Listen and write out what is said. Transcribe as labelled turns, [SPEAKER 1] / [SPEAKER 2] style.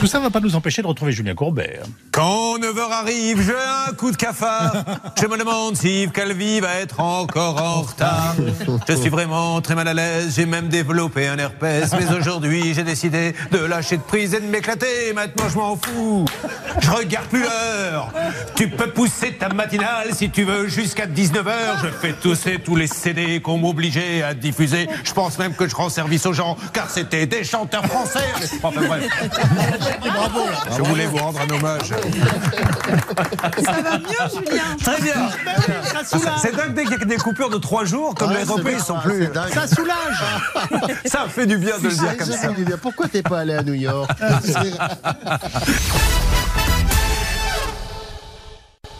[SPEAKER 1] Tout ça ne va pas nous empêcher de retrouver Julien Courbet. hein.
[SPEAKER 2] Quand 9h arrive, j'ai un coup de cafard. Je me demande si Yves Calvi va être encore en retard. Je suis vraiment très mal à l'aise, j'ai même développé un herpès. Mais aujourd'hui, j'ai décidé de lâcher de prise et de m'éclater. Maintenant, je m'en fous. Je regarde plus l'heure. Tu peux pousser ta matinale si tu veux jusqu'à 19h. Je fais tousser tous les CD qu'on m'obligeait à diffuser. Je pense même que je rends service aux gens, car c'était des chanteurs français. Enfin, bref. Je voulais vous rendre un hommage.
[SPEAKER 3] Ça va mieux, Julien
[SPEAKER 2] Très bien.
[SPEAKER 4] Ah, bah
[SPEAKER 2] Ah, C'est dingue dès qu'il y a des coupures de trois jours, comme
[SPEAKER 4] hein. Ouais,
[SPEAKER 2] les
[SPEAKER 4] c'est
[SPEAKER 2] reprises
[SPEAKER 4] dingue,
[SPEAKER 2] sont
[SPEAKER 4] hein,
[SPEAKER 2] plus.
[SPEAKER 4] c'est dingue.
[SPEAKER 2] Ça soulage. ça fait du bien de le
[SPEAKER 4] Ah,
[SPEAKER 2] dire comme
[SPEAKER 4] j'ai
[SPEAKER 2] ça.
[SPEAKER 4] oublié de dire, Pourquoi t'es pas allé à New York